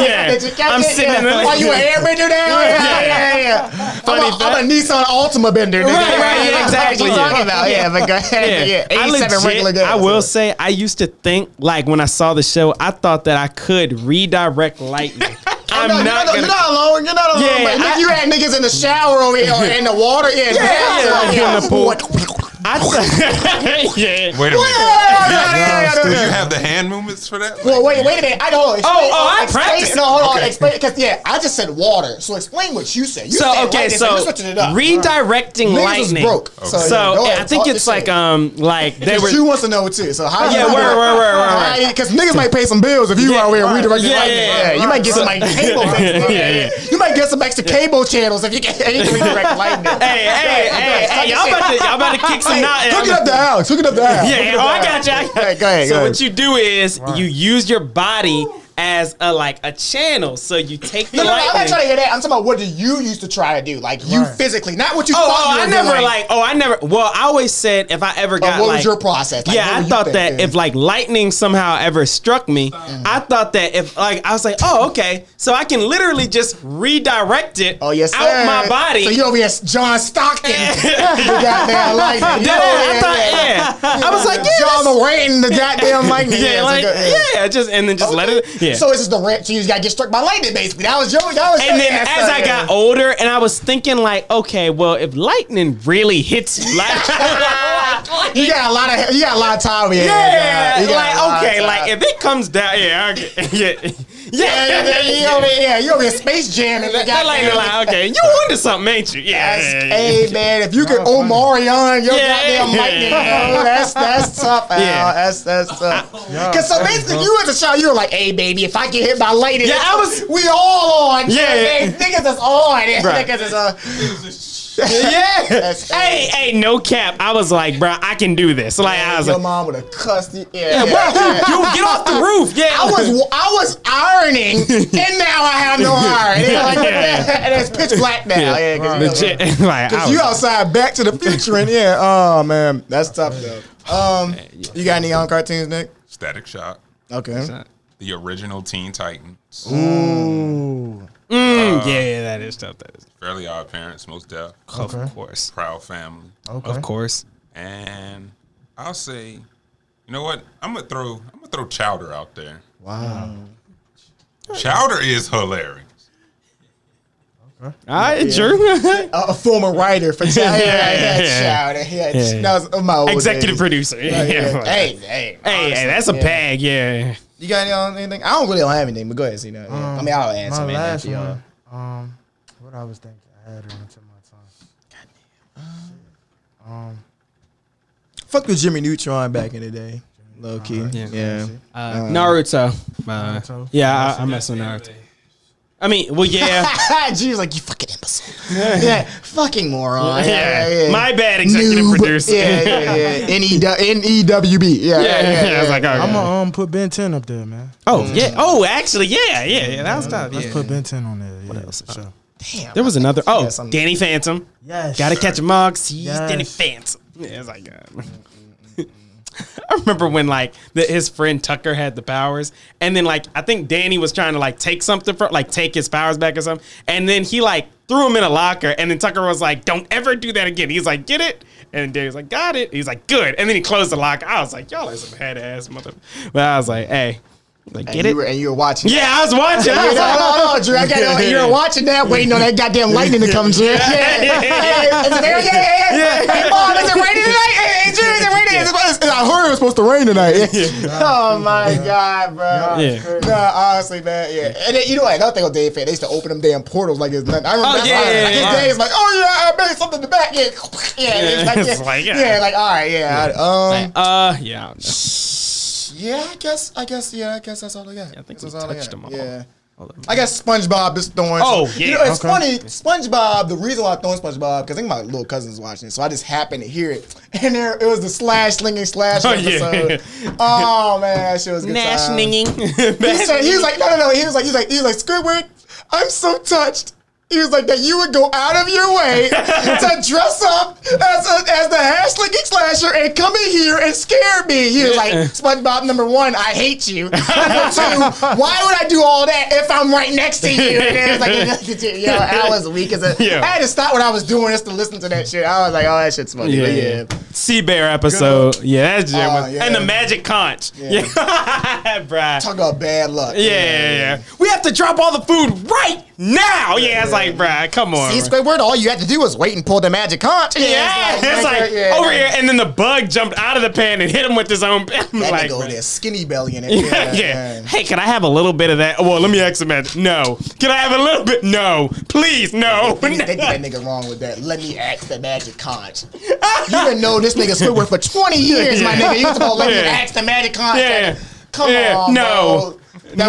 Yeah. Did you catch I'm it? sitting yeah. in the- Why you an airbender now? Yeah, yeah, yeah. Funny I'm, a, I'm a Nissan Altima bender. nigga. Right, right, yeah, That's what I'm exactly, yeah. talking about. Yeah, but go ahead. Yeah, I 87 legit- regular gas. I will say, I used to think like when I saw the show, I thought that I could redirect lightning. I'm No, not, you're, not, gonna. you're not alone. You're not alone. Yeah, man. Look, I- you had niggas in the shower over here or in the water. Yeah, yeah, like, yeah, in the pool. I thought- yeah. Wait a minute. Yeah, Do yeah, you yeah. have the hand movements for that? Well, wait, wait a minute. I hold on. Explain, oh, I explain- practiced. No, hold on. Explain because yeah, I just said water. So explain what you said. You so said okay, lightning, so you're switching it up. redirecting Niggas was lightning. broke. So, So, yeah, So go ahead, I think talk it's your like shit. um like they Cause were you wants to know too. So how? Yeah, you word, word, word, word, How you- Cause niggas might pay some bills if you Yeah, out here redirecting yeah, lightning. yeah, Yeah, yeah, you might get some like cable. yeah, Yeah, yeah. yeah, You might get some extra cable channels if you can if you can redirect lightning. hey hey hey hey y'all about to y'all about to kick some knot. Hook it up to Alex. oh, Hook it up to Alex. Yeah, oh, I got you. I got Go ahead, so go what you do is you use your body as a like a channel. So you take the No, no, no, I'm lightning. not trying to hear that. I'm talking about what do you used to try to do, like you Right. physically, not what you Oh, thought oh, you I were never doing. like. Oh, I never. Well, I always said if I ever But got what like, was your process? Like, what yeah, were I you thought that thinking? Mm. if like lightning somehow ever struck me, I thought that if like I was like, oh okay, so I can literally just redirect it oh yes, out sir. my body. So you over here, John Stockton, the goddamn lightning. You yeah, over I here, thought, yeah. yeah. I was like, yeah, John that's- Moraine, the goddamn lightning. yeah, it's like, good- yeah. just and then just let it. Yeah. So it's just the rant. So you just got to get struck by lightning, basically. That was your. That was your and then answer. as I got older, and I was thinking like, okay, well, if lightning really hits you, like, you got a lot of you got a lot of time. Yeah, yeah, you got a lot like of okay, time. like if it comes down, yeah, okay, yeah, yeah, yeah, yeah, you yeah. over here, yeah, you over here, space jam, and That, that that lightning, like, okay, you onto something, ain't you? Yeah, That's, yeah, yeah, yeah. hey man, if you could Omarion your Yeah. goddamn lightning, bro, that's that's tough, Al. Yeah. That's that's tough. Cause so basically, you as a child, you were like, "Hey baby, if I get hit by lightning, Yeah, I was- we all on. Yeah, yeah. Hey, niggas is on. Bruh. Niggas is on. Yeah. That's- Hey, hey, no cap. I was like, bro, I can do this. Like, I was Your like, mom would have cussed you. Yeah, bro, dude, get off the roof. Yeah. I was I was ironing, and now I have no iron. And, like, and it's pitch black now. Yeah, 'cause you know, legit. like, I Cause was, you outside Back to the Future and yeah, oh man, that's tough though. Um, you got any on cartoons, Nick? Static Shock, Okay. the original Teen Titans, Mm, yeah, yeah, that is tough. That is, Fairly Odd Parents, Most Def, of course, Proud Family, Okay. of course. and I'll say, you know what? I'm gonna throw I'm gonna throw Chowder out there. Wow. Chowder is hilarious. All right, Drew. Uh, a former writer for yeah, yeah, Yeah. yeah, yeah, That was my old Executive days. producer. Yeah. Yeah. Hey, Hey, hey, hey, honestly, that's a yeah. bag. Yeah. You got any on anything? I don't really don't have anything, but go ahead, see that. yeah. I mean, I'll add Um, My some in last after y'all. one. Um, what I was thinking, I had it into my tongue. Fuck with Jimmy Neutron back in the day, low key. Yeah, yeah. Uh, Naruto. Uh, So Yeah, I, I mess with Naruto. I mean, well, yeah. G's like you fucking imbecile. yeah, fucking moron. yeah. My bad, executive Noob. producer. Yeah, yeah, yeah. N E N E W B. Yeah, Yeah, yeah, I was like, oh, all I'm right. gonna um, put Ben 10 up there, man. oh, yeah. Oh, actually, yeah, yeah, yeah. That was tough. Let's Yeah. put Ben 10 on there. What else? Damn. There was another. Oh, Yes, I'm- Danny Phantom. Yes. Gotta catch a mug. He's Yes. Danny Phantom. Yeah, it's like. uh, I remember when like the, his friend Tucker had the powers, and then like I think Danny was trying to like take something from like take his powers back or something, and then he like threw him in a locker, and then Tucker was like, "Don't ever do that again." He's like, "Get it," and Danny's like, "Got it." He's like, "Good," and then he closed the locker. I was like, "Y'all are some head ass mother," but I was like, "Hey, like And get you it." Were, and you were watching. yeah, I was watching. I Yeah, was no, like, no, no, Drew. I got you were watching that, waiting on that goddamn lightning to come through. Yeah, yeah, yeah. yeah. Is it there? Yeah, yeah, yeah. Hey, Mom, is it raining tonight? Hey, hey, Drew, is it raining? It's supposed- I heard it was supposed to rain tonight. oh my god, bro. Yeah. Nah, honestly, man, yeah. And then, you know, another thing on Dave Fan, they used to open them damn portals like it's nothing. I remember yeah, like, yeah, like, yeah. his days like, oh yeah, I made something in the back. Yeah, yeah, yeah. Like, It's yeah. like, yeah. yeah, like, all right, yeah. I- Um, Uh, yeah. I don't know. yeah, I guess, I guess, yeah, I guess that's all I got. I think That's we all touched got. them all. Yeah. Hold on. I guess SpongeBob is throwing. Oh, You yeah, know, it's okay. funny. SpongeBob. The reason why I'm throwing SpongeBob because I think my little cousin's watching it, so I just happened to hear it, and there it was the slash slinging slash Oh, yeah. episode. Oh man, that shit was a good. Nash time. ninging. He said he was like no no no. He was like he was like he was like Squidward. I'm so touched. He was like that you would go out of your way to dress up as a, as the hash slinging slasher and come in here and scare me. He was like SpongeBob number one. I hate you. Number two. Why would I do all that if I'm right next to you? And it was like yo, I was weak as a. Yeah. I had to stop what I was doing just to listen to that shit. I was like, oh that shit's funny. But Yeah. Yeah. Sea Bear episode. Yeah, that shit Oh, was. yeah. And the magic conch. Yeah. Yeah. bruh. Talk about bad luck. yeah, yeah, yeah. We have to drop all the food right now. Yeah, it's like, bruh, come on. See, bruh. Squidward, all you had to do was wait and pull the magic conch. Yeah, it's like over here, and then the bug jumped out of the pan and hit him with his own. I'm That like, nigga over bruh. there, skinny belly in it. yeah, yeah. Hey, can I have a little bit of that? Well, let me ask the magic. No. Can I have a little bit? No. Please, no. They did they did that nigga wrong with that. Let me ask the magic conch. You done know this nigga Squidward for 20 years, my nigga. You was supposed to let me Yeah. ask the magic conch. Yeah. Come Yeah. on, No. bro. That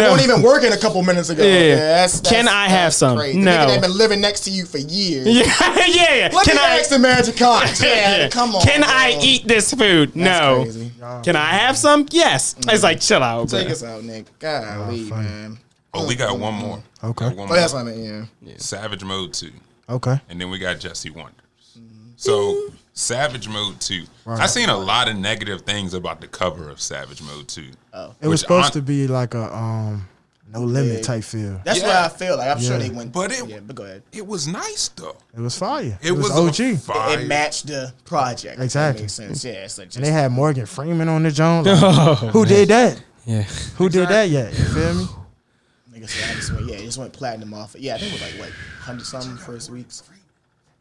No. won't even work in a couple minutes ago. Yeah. that's, that's, Can I have that's some? crazy. The No. nigga that been living next to you for years. yeah, yeah, yeah. Let can me I ask the magic conch. Yeah, Yeah. come on. Can bro. I eat this food? That's no. crazy. Mm. Can I have some? Yes. It's like chill out, bro. Take us out, Nick. Golly, funny. man. Oh, we got one more. Okay. Got one Oh, that's more. what I mean. Yeah. Savage Mode Two, Okay. and then we got Jesse Wonders. Mm-hmm. So Savage Mode Two. I seen a lot of negative things about the cover of Savage Mode Two. Oh, It was supposed to be like a um no limit type feel. That's Yeah. what I feel like. I'm sure Yeah. they went. But it- yeah, but go ahead. It was nice though. It was fire. It, was, OG. Fire. It matched the project. if that Exactly. Makes sense. Yeah. It's like just, and they had Morgan Freeman on the Jones. who did that? Yeah. Who did that yet? You feel me? niggas, said, I just went, yeah, it just went platinum off. Yeah, I think it was like what hundred something first weeks.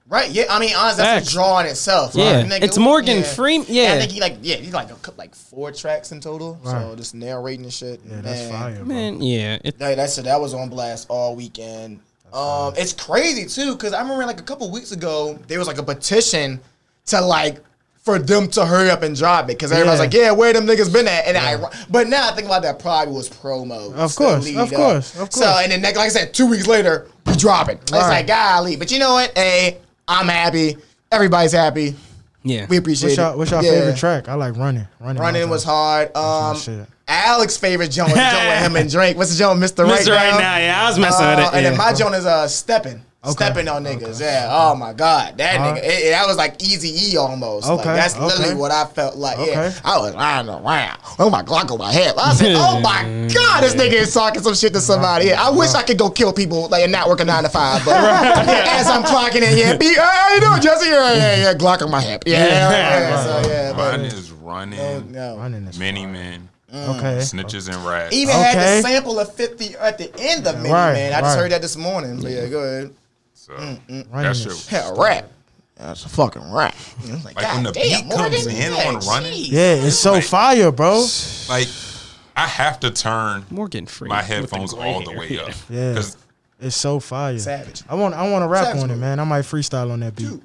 Right. Yeah. I mean, honestly, that's Facts. a draw in itself. Yeah, Like, nigga, it's Morgan yeah. Freeman. I Yeah, think he like yeah, he like a couple, like four tracks in total. So Right. just narrating and shit. Yeah, that's fire, bro. man. Yeah, it, That, that's it. That was on blast all weekend. Um, it's crazy too, cause I remember like a couple weeks ago there was like a petition to like for them to hurry up and drop it, cause everybody's Yeah. like, yeah, where them niggas been at? And I, but now I think about that probably was promo. Of course, of course, of So course. and then like, like I said, two weeks later we drop it. It's like Right. golly, but you know what? Hey, I'm happy. Everybody's happy. yeah. We appreciate What's y'all, it. what's y'all Yeah. favorite track? I like running. Running, Running was hard. Um, shit. Alex's favorite joint was joint with him and Drake. What's the joint, Mr. Right, Mr. Right Now, yeah, I was messing with it, And then yeah. my joint is uh stepping. Okay. Stepping on niggas, yeah. Oh my God, that nigga, Alright. it- it- that was like Easy E almost. Like, Okay, that's okay. literally what I felt like. Yeah, Okay. I was lying around. Oh my Glock on my head. I said, Oh my God, this nigga is talking some shit to somebody. Yeah, I wish I could go kill people like and not work a nine to five, but yeah, as I'm clocking in, yeah, be, hey, no, Jesse, yeah, yeah, yeah, Glock on my hip. Yeah, yeah, yeah, so, yeah, but- Mine is running. no. running is Many men, okay. snitches and rats. Even had Okay. the sample of 50 at the end of Mini Right, Man. I just right. heard that this morning. But yeah, go ahead. So Mm, Running that shit. is- Yeah, a rap. That's a fucking rap. And I was Like, Like, when God the damn, beat comes Morgan, in yeah, on running, jeez. Yeah, it's so fire, bro. Like I have to turn Morgan Freeman. my with the headphones gray all the hair. way up. Yeah. 'Cause It's so fire. Savage. I want I want to rap Savage on it, mode. man. I might freestyle on that beat.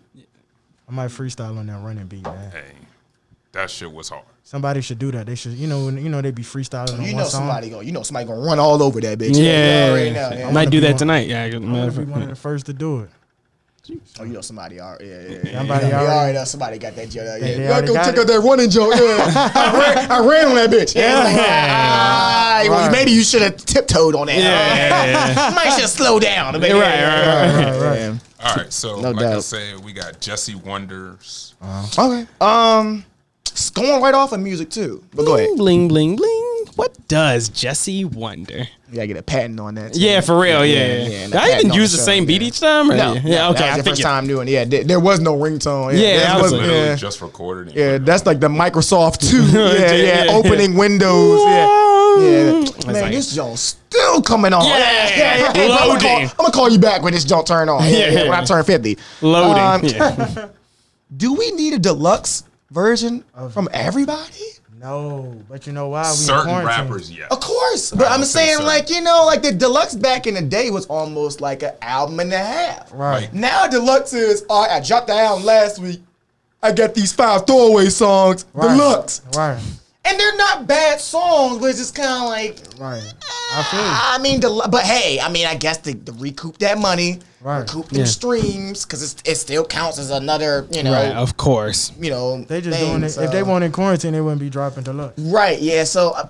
I might freestyle on that running beat, man. Hey, that shit was hard. Somebody should do that. They should, you know, when- you know, they be freestyling on You one know song. somebody go. You know somebody gonna run all over that bitch. Yeah, Right now, I yeah. might do be that one- tonight. Yeah, good I'm matter gonna of be fact. one of the first to do it. Oh, you know somebody already. Yeah, yeah, yeah. Somebody You know, already- already know somebody got that joint. Yeah, they yeah. already go got check it. out that running joint. Yeah, I, ran, I ran on that bitch. Yeah, it's like, ah, well, Right. maybe you should have tiptoed on that. Yeah, might should have slowed down. a bit. Right, right, right. Right, right. All right, so like I doubt. said, we got Jesse Wonders. Okay. Um, it's going right off of music too. But go ahead. Bling, bling, bling, bling. What does Jesse wonder? You gotta get a patent on that. too. Yeah, for real. Yeah, yeah. yeah, and Did I that even note use the show, same beat yeah. each time? Or No, yeah, no, yeah, okay. That was I the think first it- time doing. it. Yeah, there, there was no ringtone. Yeah, Yeah, that I was wasn't- Literally Oh, yeah. just recorded. and Yeah, put it that's like the Microsoft 2. yeah, yeah, yeah. opening Windows. Yeah. Yeah. Man, like- this joint still coming on. Yeah, Hey, bro, loading. I'm, gonna call, I'm gonna call you back when this joint turn on. Yeah, Yeah, yeah, when I yeah. turn 50. Loading. Um, yeah. Do we need a deluxe version from everybody? No, but you know why? We out. in certain quarantine. rappers, yeah. Of course. But don't I'm think saying, so. like, you know, like the deluxe back in the day was almost like an album and a half. Right. Now deluxe is all right, I dropped the album last week. I got these five throwaway songs, Right. deluxe. Right. And they're not bad songs, but it's just kind of like, ah, Right. I feel you. I mean, del- but hey, I mean, I guess to, to recoup that money, Right. recoup them streams, because it still counts as another, you know, Right, of course. you know. They just thing, doing it. If they so- weren't in quarantine, they wouldn't be dropping deluxe. Right. Yeah. So. uh,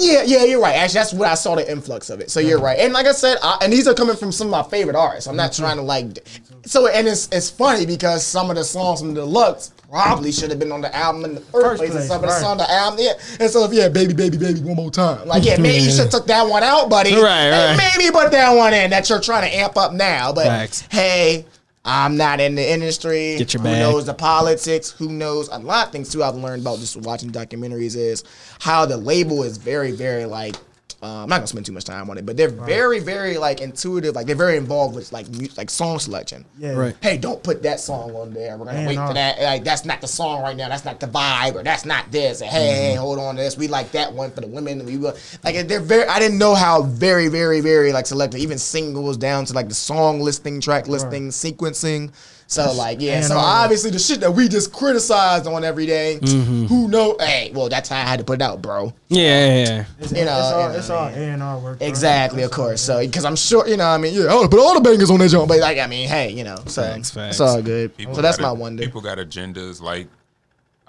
yeah, yeah, you're right. Actually, that's what I saw the influx of it. So you're right, and like I said, I, and these are coming from some of my favorite artists. I'm not trying to like, d- so and it's it's funny because some of the songs from Deluxe probably should have been on the album in the first, place, and place, some of the right. songs on the album, yeah. And so if yeah, baby, baby, baby, one more time, like yeah, maybe you should have took that one out, buddy. Right, And right. Maybe put that one in that you're trying to amp up now, but Facts. hey. I'm not in the industry. Get your Who bag. knows the politics? Who knows? A lot of things too. I've learned about just watching documentaries is how the label is very, very like. Uh, I'm not gonna spend too much time on it, but they're very, very like intuitive. Like they're very involved with like mu- like song selection. Yeah. Right. Hey, don't put that song on there. We're gonna Man, wait no. for that. Like that's not the song right now. That's not the vibe, or that's not this. And, hey, hey, Mm-hmm. hold on to this. We like that one for the women. We will like they're very. I didn't know how very, very, very like selective. Even singles down to like the song listing, track listing, sequencing. So like yeah. And so all that. obviously the shit that we just criticized on every day, Mm-hmm. Who know? Hey, well that's how I had to put it out, bro. Yeah, yeah, yeah. It's, You know, it's all you know, it's all A and R work. bro. Exactly, of course. So, because I'm sure, you know, what I mean, yeah, I would put all the bangers on that joint, but like, I mean, hey, you know, so Facts, facts. it's all good. People so that's got my a- wonder. People got agendas. Like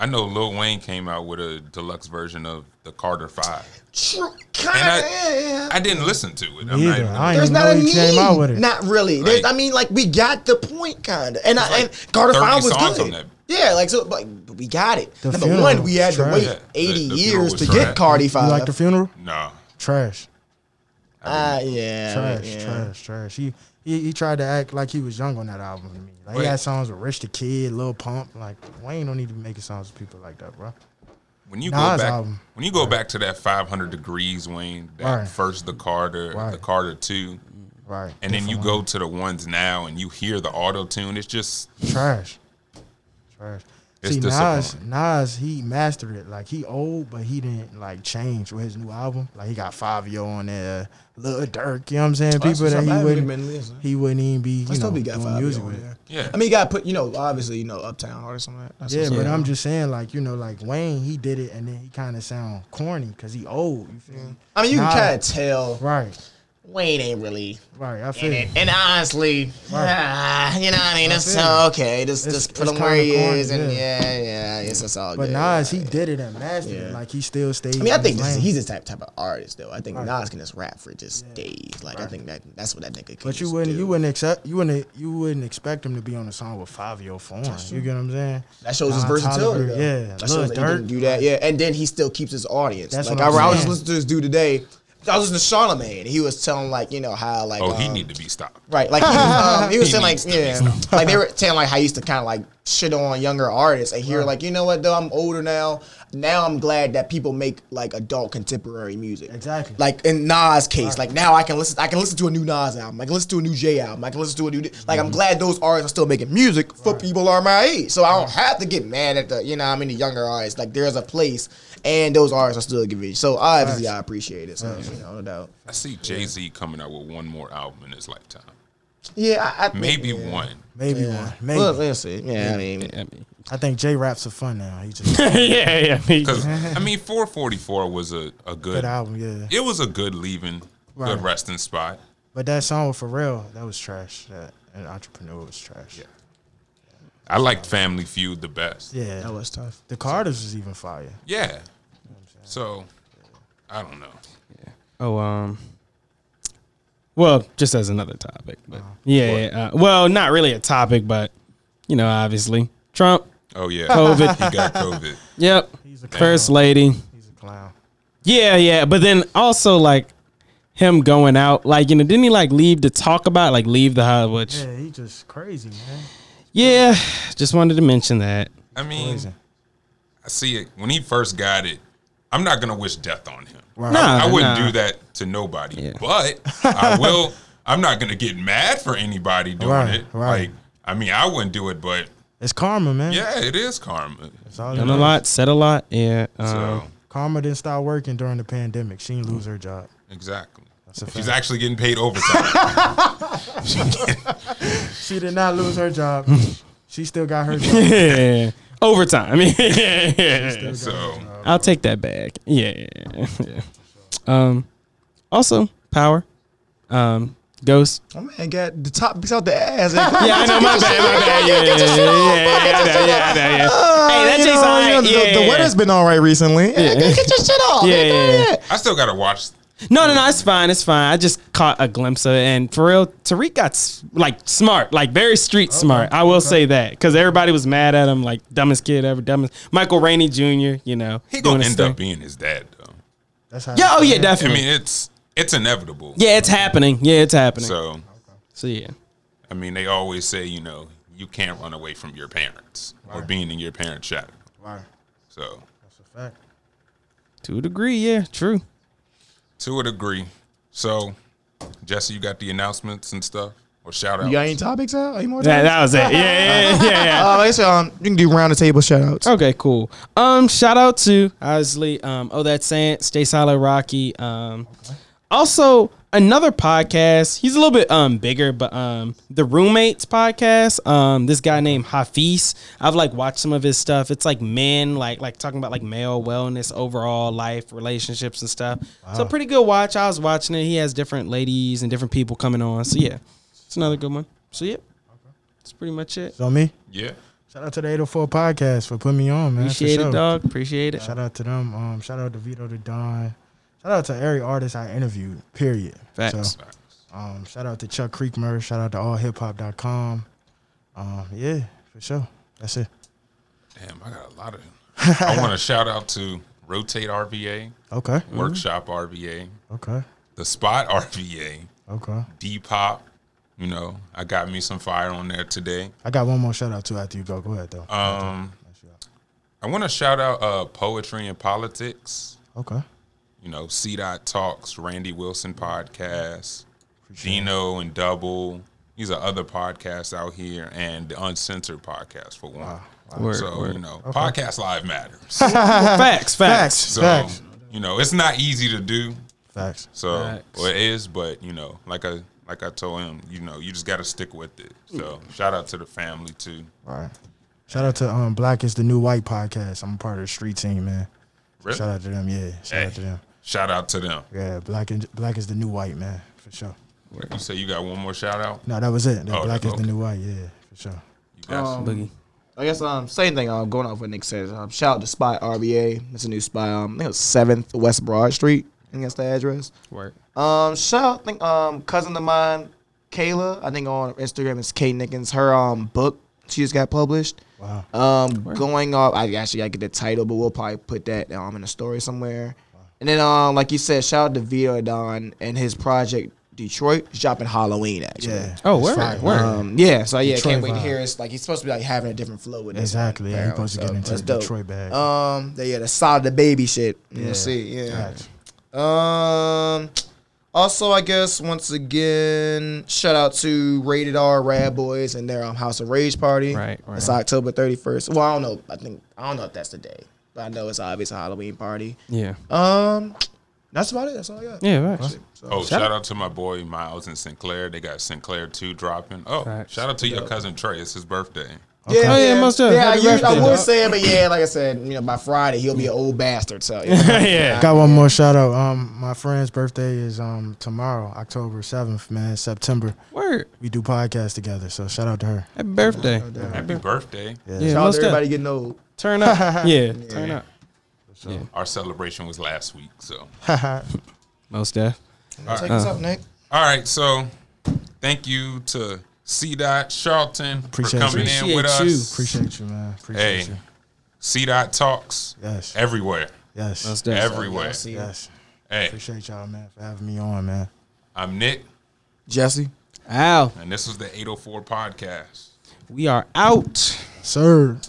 I know Lil Wayne came out with a deluxe version of the Carter Five, True, and kind I, of. I didn't listen to it. I'm not Neither. even- I There's didn't not know a he need. came out with it. Not really. There's, Like- I mean, like we got the point, kind of. And I, like and Carter 30 Five was songs good. on that. Yeah, like so, like we got it. The Number funeral one, we had to was wait trash. eighty Yeah, the- the funeral years was to trash. get Cardi You Five. like the funeral? Nah, Trash. Ah, yeah, Trash, yeah. trash, trash. He, he he tried to act like he was young on that album to me. Like Wait. he had songs with Rich the Kid, Lil Pump. Like Wayne don't need to be making songs with people like that, bro. when you Nas go back, album. when you go back to that 500 degrees, Wayne, that Right. first the Carter, the Right. Carter Two, Right. and then you go to the ones now, and you hear the auto tune. It's just Trash. Trash. It's See, Nas, disappointing. Nas, he mastered it. Like he old, but he didn't like change with his new album. Like he got Five Yo on there, Lil Durk. You know what I'm saying? that's People that what's up. I he haven't wouldn't, been listening. he wouldn't even be, you I know, still be got doing five music music on with. there. Yeah. I mean, you got put, you know, obviously, you know, Uptown artists on that. That's Yeah, what's but up. I'm just saying, like you know, like Wayne, he did it, and then he kind of sound corny because he old. You feel me? I mean, you Nah. can kind of tell Right, Wayne ain't really right. I feel in you. it. And honestly, ah, you know what I mean? That's so okay. Just, It's- just put it's him where he kinda corny, is. And yeah. yeah, yeah, it's, it's all But good. Nas, he right. did it and mastered it. Yeah. Like he still stays. I mean, I in his think this, lane. he's this type type of artist though. I think Right. Nas can just rap for just days. Like I think that that's what that nigga. Can But you just wouldn't, do. you wouldn't accept, you wouldn't, you wouldn't expect him to be on a song with Five Yo Foreign. You get what I'm saying? That shows his Don versatility. Toliver, though. yeah, that Lil shows that he Durk. can do that. Yeah, and then he still keeps his audience. That's like what I, I'm I was saying. listening to this dude today. I was listening to Charlamagne, and he was telling like you know how like oh, he um, need to be stopped. Right, like he was, um, he was He saying, like needs to be yeah, like they were saying, like how he used to kind of like shit on younger artists, and here, like you know what though, I'm older now. Now I'm glad that people make like adult contemporary music. Exactly. Like in Nas' case, like now I can listen, I can listen to a new Nas album, I can listen to a new J album, I can listen to a new. Like I'm glad those artists are still making music for people are my age, so I don't have to get mad at the you know what I mean the younger artists. Like there's a place, and those artists are still giving. So obviously I appreciate it. So you know, no doubt. I see Jay Z coming out with one more album in his lifetime, Yeah, I, I think- maybe yeah. one. Maybe Yeah. one, maybe. Well, let's see. Yeah, I mean, I mean, I think J Rap's a fun now. He just yeah, yeah. I mean, Because I mean, 444 was a, a good good album, yeah. It was a good leaving, Right. good resting spot. But that song with Pharrell, that was trash. That an entrepreneur was trash. Yeah, I liked Family Feud the best. Yeah. yeah. That was tough. the Carters was even fire. So I don't know. Oh, um. Well, just as another topic, but Uh-huh. yeah, yeah, uh, well, not really a topic, but you know, obviously Trump, Oh yeah, COVID. he got COVID. yep, He's a clown. first lady, He's a clown. yeah, yeah, but then also like him going out, like you know, didn't he like leave to talk about like leave the house, which Yeah, he just crazy man. yeah, just wanted to mention that. I mean, Poison. I see it when he first got it. I'm not gonna wish death on him. Right. Nah, I wouldn't nah. do that to nobody. Yeah. But I will. I'm not gonna get mad for anybody doing Right, it. right. Like I mean, I wouldn't do it, but It's karma, man. yeah, it is karma. It's all it Done a is. lot, said a lot, yeah. So Uh-huh. Um, Karma didn't stop working during the pandemic. She didn't lose her job. exactly. a She's actually getting paid overtime. She did not lose her job. she still got her job. yeah, overtime. I mean, yeah, yeah, yeah. so I'll take that back. Yeah. yeah. Um. Also, power. Um. Ghost. My man got the top piece out the ass. yeah, Yeah, I know. My bad. My bad. Yeah, yeah, yeah, yeah, yeah, yeah, yeah, yeah, yeah. Hey, that tastes alright. Yeah, Oh, yeah, the, yeah. weather's been all right recently. Yeah, Get, get your shit off. Yeah, Yeah, yeah, yeah. I still gotta watch No, no, no. It's fine. It's fine. I just caught a glimpse of it, and for real, Tariq got s- like smart, like very street smart. I will say that because everybody was mad at him, like dumbest kid ever, dumbest Michael Rainey Jr. You know, He doing gonna his end thing. up being his dad though. That's how. Yeah. Oh yeah, I definitely. mean, it's it's inevitable. yeah, it's happening. Yeah, it's happening. So, So yeah. I mean, they always say you know you can't run away from your parents or being in your parents' shadow. Right. So That's a fact. To a degree, yeah, true. to a degree. So Jesse, you got the announcements and stuff or shout You got outs. any topics out? Any more? That, topics? that was it. Yeah, yeah, yeah, yeah. Uh, like I said, um, you can do round the table shout outs. Okay, cool. Um, shout out to obviously, um, oh that's saying stay silent, Rocky. Um, also another podcast. He's a little bit um bigger, but um, the roommates podcast. Um, this guy named Hafiz. I've like watched some of his stuff. It's like men, like like talking about like male wellness, overall life, relationships and stuff. So pretty good watch. I was watching it. He has different ladies and different people coming on. So yeah, it's another good one. So yeah, that's pretty much it. So me, Yeah. Shout out to the 804 podcast for putting me on, man. for Appreciate sure. it, dog. Appreciate it. Shout out to them. Um, shout out to Vito the Don. Shout out to every artist I interviewed, period. Facts. So, um, shout out to Chuck Creekmer. Shout out to allhiphop.com. Um, yeah, for sure. That's it. Damn, I got a lot of them. I want to shout out to Rotate RVA, Mm-hmm. Okay. Workshop RVA, Okay. The Spot RVA, Okay. Depop. You know, I got me some fire on there today. I got one more shout out too after you go. Go ahead though. Um, I want to shout out uh, Poetry and Politics. okay. You know, C Dot Talks, Randy Wilson podcast, Gino and Double. These are other podcasts out here, and the Uncensored podcast for one. Word, so word. you know, podcast live matters. Facts, facts. Facts. So Facts. you know, it's not easy to do. Facts. So Facts. well, it is, but you know, like I like I told him, you know, you just got to stick with it. So shout out to the family too. All right. Shout out to um Black is the New White podcast. I'm a part of the street team, man. Really? Shout out to them. Yeah. Shout Hey, out to them. shout out to them. Yeah. Black and Black is the New White, man. For sure. You say you got one more shout out. No, that was it. That Oh, Black is okay. the New White. Yeah. For sure. You got some- Boogie. I guess um same thing. Um, going off what Nick said. Um, shout out to Spy RBA. It's a new spy. Um, I think it was Seventh West Broad Street. I think that's the address. Work. Um, shout out, I think um cousin of mine, Kayla. I think on Instagram is K Nickens. Her um book she just got published. Wow. Um, going off. I actually gotta get the title, but we'll probably put that um in a story somewhere. And then um like you said, shout out to Vito Don and his project Detroit is dropping Halloween actually. Yeah. Oh, It's word, fire. word. Um, yeah, so yeah, Detroit can't wait to vibe. hear. It's like he's supposed to be like having a different flow with this. Exactly, yeah, he apparently, supposed to get into that's the dope. Detroit bag. Um, the, yeah, the solid the baby shit. You'll Yeah, see. Yeah. Facts. Um. Also, I guess once again, shout out to Rated R Rad Boys and their um, House of Rage party. Right, right. It's October thirty first. Well, I don't know. I think I don't know if that's the day, but I know it's obviously a Halloween party. Yeah. Um, that's about it. That's all I got. Yeah, facts. Oh, shout, out to my boy Miles and Sinclair. They got Sinclair two dropping. Oh, Facts. shout out to your cousin Trey. It's his birthday. Oh, yeah, most yeah. definitely. I, Happy usually- I birthday, would dog. say it, but yeah, like I said, you know, by Friday he'll be an old bastard. So yeah. yeah. Got one more shout out. Um, my friend's birthday is um tomorrow, October seventh, man. September. Word. We do podcasts together, so shout out to her. Happy birthday. Uh-huh. Happy birthday. Yeah, Shout out most to def- everybody getting old. Turn up. Yeah, turn up. Our celebration was last week. So, Most def. Take us up, Nick. all right. So, thank you to C. Dot Charlton Appreciate for coming you. in with Appreciate you. us. Appreciate you, man. Appreciate Hey, you. C. Dot talks Yes. everywhere, Yes. Most def. everywhere. See ya. Yes. Hey, Appreciate y'all, man, for having me on, man. I'm Nick, Jesse. Ow. and this was the 804 podcast. We are out. Sir.